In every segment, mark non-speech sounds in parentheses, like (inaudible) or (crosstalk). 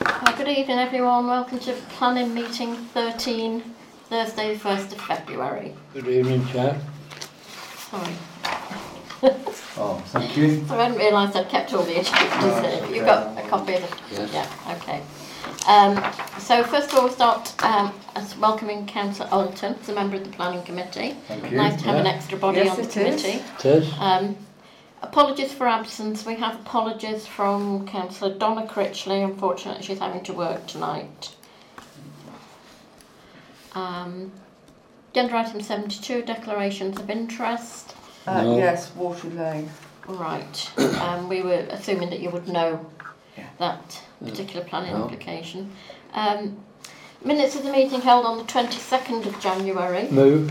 Well, good evening, everyone. Welcome to planning meeting 13, Thursday, the 1st of February. Good evening, Chair. Sorry, (laughs) Oh, thank you. I hadn't realised I'd kept all the agendas in. You got a copy of the... Yes. Yeah, okay. Um, So first of all, we'll start um, as welcoming councillor Orton, as a member of the planning committee. Thank you. Nice to have an yeah. extra body Yes, on the it is. committee. Tis, Um, apologies for absence. We have apologies from Councillor Donna Critchley. Unfortunately, she's having to work tonight. Um, agenda item 72 declarations of interest. Uh, No. Yes, Water Lane. Right. (coughs) Um, we were assuming that you would know Yeah. that particular planning No. application. Um, minutes of the meeting held on the 22nd of January. move.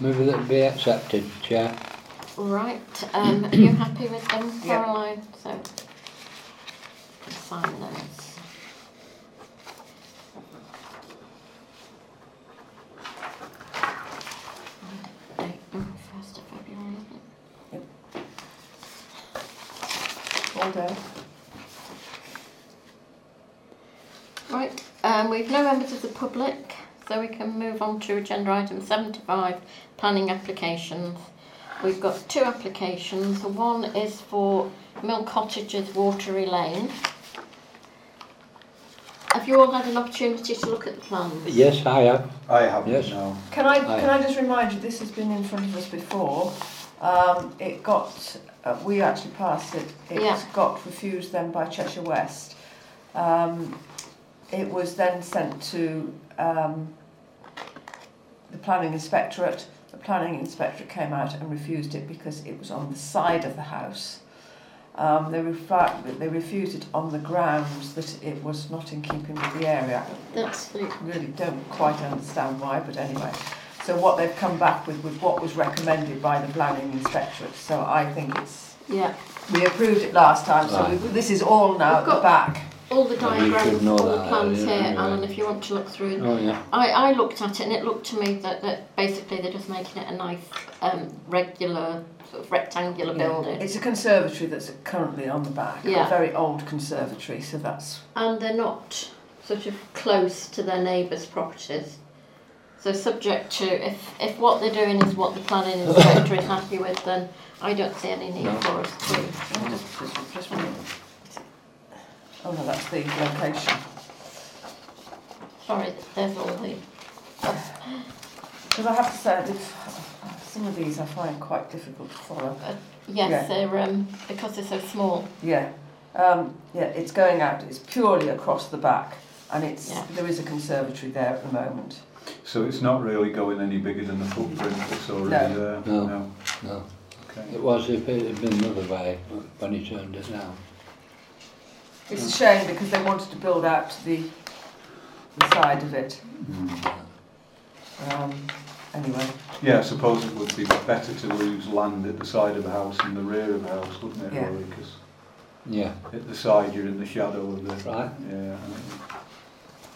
Move that be accepted, Chair. Right, um, are you happy with them, Yeah. Caroline? So, sign those. Date, oh, first of February, isn't it? All day. Right, um, we've no members of the public, so we can move on to agenda item seventy-five, planning applications. We've got two applications, one is for Mill Cottages Watery Lane. Have you all had an opportunity to look at the plans? Yes, I have. I have Yes. it now. Can I, Aye. can I just remind you, this has been in front of us before. Um, it got, uh, we actually passed it. It Yeah. got refused then by Cheshire West. Um, it was then sent to um, the planning inspectorate. The planning inspectorate came out and refused it because it was on the side of the house. Um, they, refi- they refused it on the grounds that it was not in keeping with the area. That's the, really don't quite understand why, but anyway. So what they've come back with was what was recommended by the planning inspectorate. So I think it's yeah, we approved it last time, so we, this is all now at We've the got- back. all the Well, you should diagrams, know all the that plans here, earlier anyway. Alan, if you want to look through. Oh, yeah. I, I looked at it and it looked to me that, that basically they're just making it a nice, um, regular, sort of rectangular building. It's a conservatory that's currently on the back. Yeah. A very old conservatory, so that's and they're not sort of close to their neighbours' properties. So subject to if if what they're doing is what the (laughs) planning inspector is happy with, then I don't see any need No. for us to. oh, just, just, just one. Oh no, that's the location. Sorry, there's all the. Because I have to say, that some of these I find quite difficult to follow. Yes, Yeah. they're um because they're so small. Yeah, um, yeah, it's going out. It's purely across the back, and it's Yeah. there is a conservatory there at the moment. So it's not really going any bigger than the footprint that's already there? No. No. No. Okay. It was if it had been another way when he turned it down. It's Mm. a shame because they wanted to build out to the the side of it. Hmm. Um, anyway, Yeah, I suppose it would be better to lose land at the side of the house and the rear of the house, wouldn't it, Yeah. really? Because Yeah, at the side, you're in the shadow of the... right. Yeah.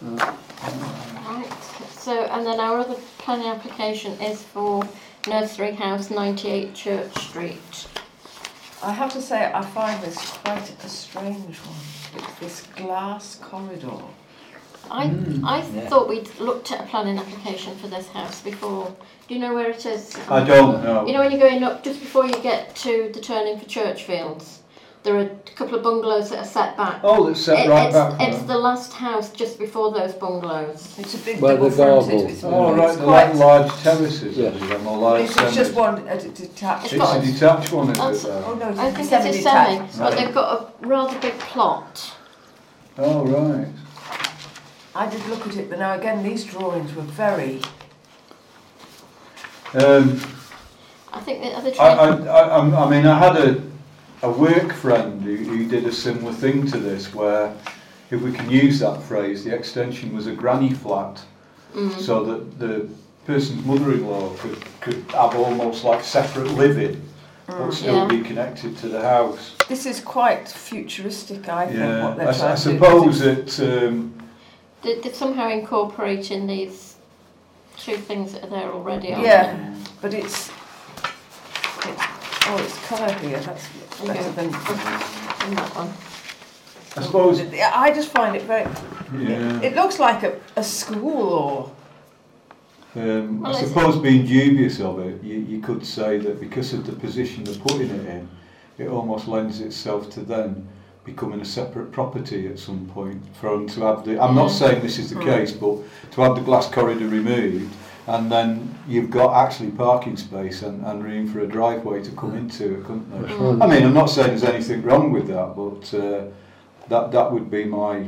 Right. So and then our other planning application is for Nursery House ninety eight Church Street. I have to say I find this quite a strange one. It's this glass corridor. I Mm, I yeah. thought we'd looked at a planning application for this house before. Do you know where it is? I don't know. You know when you're going up just before you get to the turning for Churchfields, there are a couple of bungalows that are set back. Oh, it's set It- right it's, back. it's the last house just before those bungalows. It's a big Well, double the frontage. gable, It's, Oh, yeah. right, it's the like quite. large terraces, Yeah. is it? Or large It's, it's just semis? one a d- detached. It's It's a got- detached one, is That's- it, there? Oh no, I it's think semi it's a semi, detached. but Right. they've got a rather big plot. Oh, right. I did look at it, but now again, these drawings were very. Um, I think the other I, trying. I, I, I'm- I mean, I had a, a work friend who, who did a similar thing to this, where, if we can use that phrase, the extension was a granny flat, Mm-hmm. Mm, so that the person's mother-in-law could, could have almost like separate living, but Mm, still be connected to the house. This is quite futuristic, I think, Yeah, what I, they're s- I trying to do. suppose it, um, they're, they're somehow incorporating these two things that are there already. Aren't Yeah, but it's, it's oh, it's coloured here. That's Okay. better than. They? And that one. I suppose. I just find it very. Yeah. It looks like a, a school or. Um, I Well, it's- suppose being dubious of it, you, you could say that because of the position they're putting it in, it almost lends itself to then becoming a separate property at some point for them to have the. I'm not Yeah. saying this is the Mm. case, but to have the glass corridor removed, and then you've got actually parking space and, and room for a driveway to come Mm. into, couldn't there? Which one? I mean, I'm not saying there's anything wrong with that, but uh, that that would be my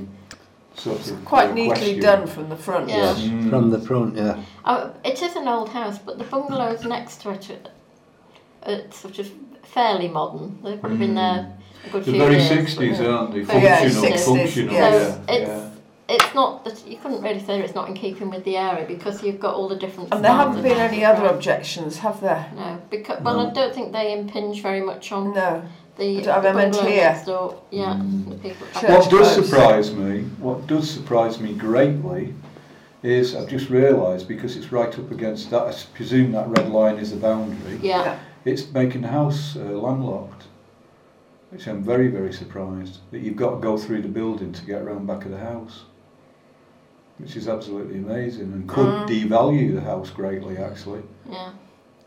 sort It's of quite uh, neatly question. done from the front. Yeah. Yes, Mm. from the front, yeah. Oh, it is an old house, but the bungalows next to it are are sort of fairly modern. They've probably been Mm. there a good The few Hmm. very years. sixties, aren't they? Very Functional, Yeah, 60s, functional. So yeah. Yeah, it's yeah. it's not that you couldn't really say it's not in keeping with the area because you've got all the different. And there styles haven't of been houses any other around. objections, have there? No, because well, I No. don't think they impinge very much on No. the, I the meant bungalow here. next door. Yeah, Mm. the people. Sure. What does close. surprise me, what does surprise me greatly, is I've just realised because it's right up against that. I s- presume that red line is the boundary. Yeah, It's making the house uh, landlocked, which I'm very very surprised that you've got to go through the building to get round back of the house, which is absolutely amazing and could Mm. devalue the house greatly actually. yeah.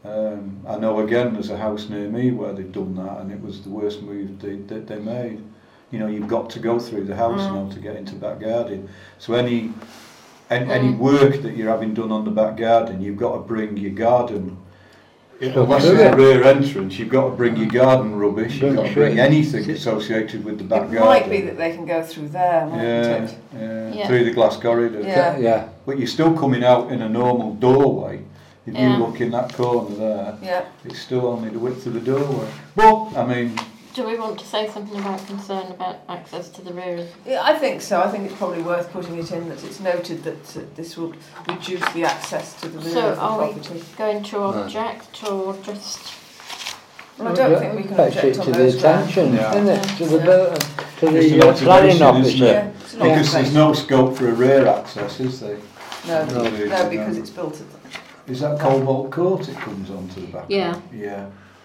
Um, I know again there's a house near me where they've done that and it was the worst move they, that they made. You know, you've got to go through the house Mm. now to get into back garden. So any and any Mm. work that you're having done on the back garden, you've got to bring your garden. Don't Unless do it's a it. rear entrance, you've got to bring your Mm. garden rubbish. You've Don't got to do bring it. anything associated with the back It garden. might be that they can go through there, mightn't yeah, it? yeah, Yeah. through the glass corridor. Yeah. yeah. But you're still coming out in a normal doorway. If Yeah. you look in that corner there, Yeah. it's still only the width of the doorway. But, I mean, Do we want to say something about concern about access to the rear? of- Yeah, I think so. I think it's probably worth putting it in that it's noted that uh, this will reduce the access to the rear So of the are we- property. Going to No. object or just? Well, I don't Yeah, think we can takes object it on to the those grounds. attention, Yeah. isn't it? To the Yeah. building, to It's an the uh, planning observation, isn't officer. Yeah, it's an because there's observation. no scope for a rear access, is there? um, No, No. no, because it's built at, Is that Cobalt Court it comes onto the back? of? Yeah. Yeah.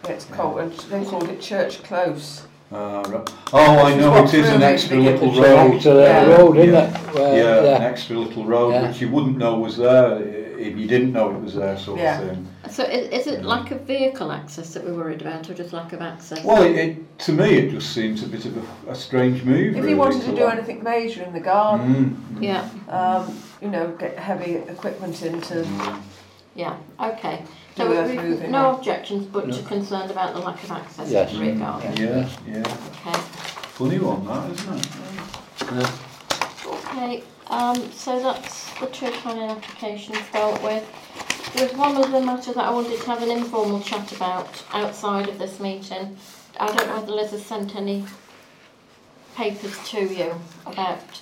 it's called, and they called it Church Close. Ah, right. Oh, I know, it is an extra little It's an road. extra Yeah. little road, isn't Yeah. it? Where- Yeah, an extra little road, Yeah. which you wouldn't know was there i- if you didn't know it was there, sort Yeah. of thing. So is, is it lack of vehicle access that we're worried about, or just lack of access? Well, it, it, to me, it just seems a bit of a, a strange move. If really, you wanted to do like- anything major in the garden, Mm, mm, Yeah, um, you know, get heavy equipment in to mm. yeah, okay. So do earth we- we, moving. no objections, but No. you're concerned about the lack of access Yes. to the rear oh, Mm. garden. Yeah, yeah. Okay. Funny one, that, isn't it? Yeah. Okay, um, so that's the two planning applications dealt with. There was one other matter that I wanted to have an informal chat about outside of this meeting. I don't know whether Liz has sent any papers to you about,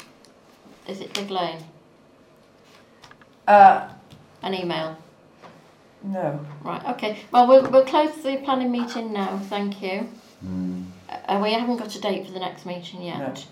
is it Big Lane? Uh, An email? no. Right, okay. Well, we'll, we'll close the planning meeting now, thank you. Mm. Uh, we haven't got a date for the next meeting yet.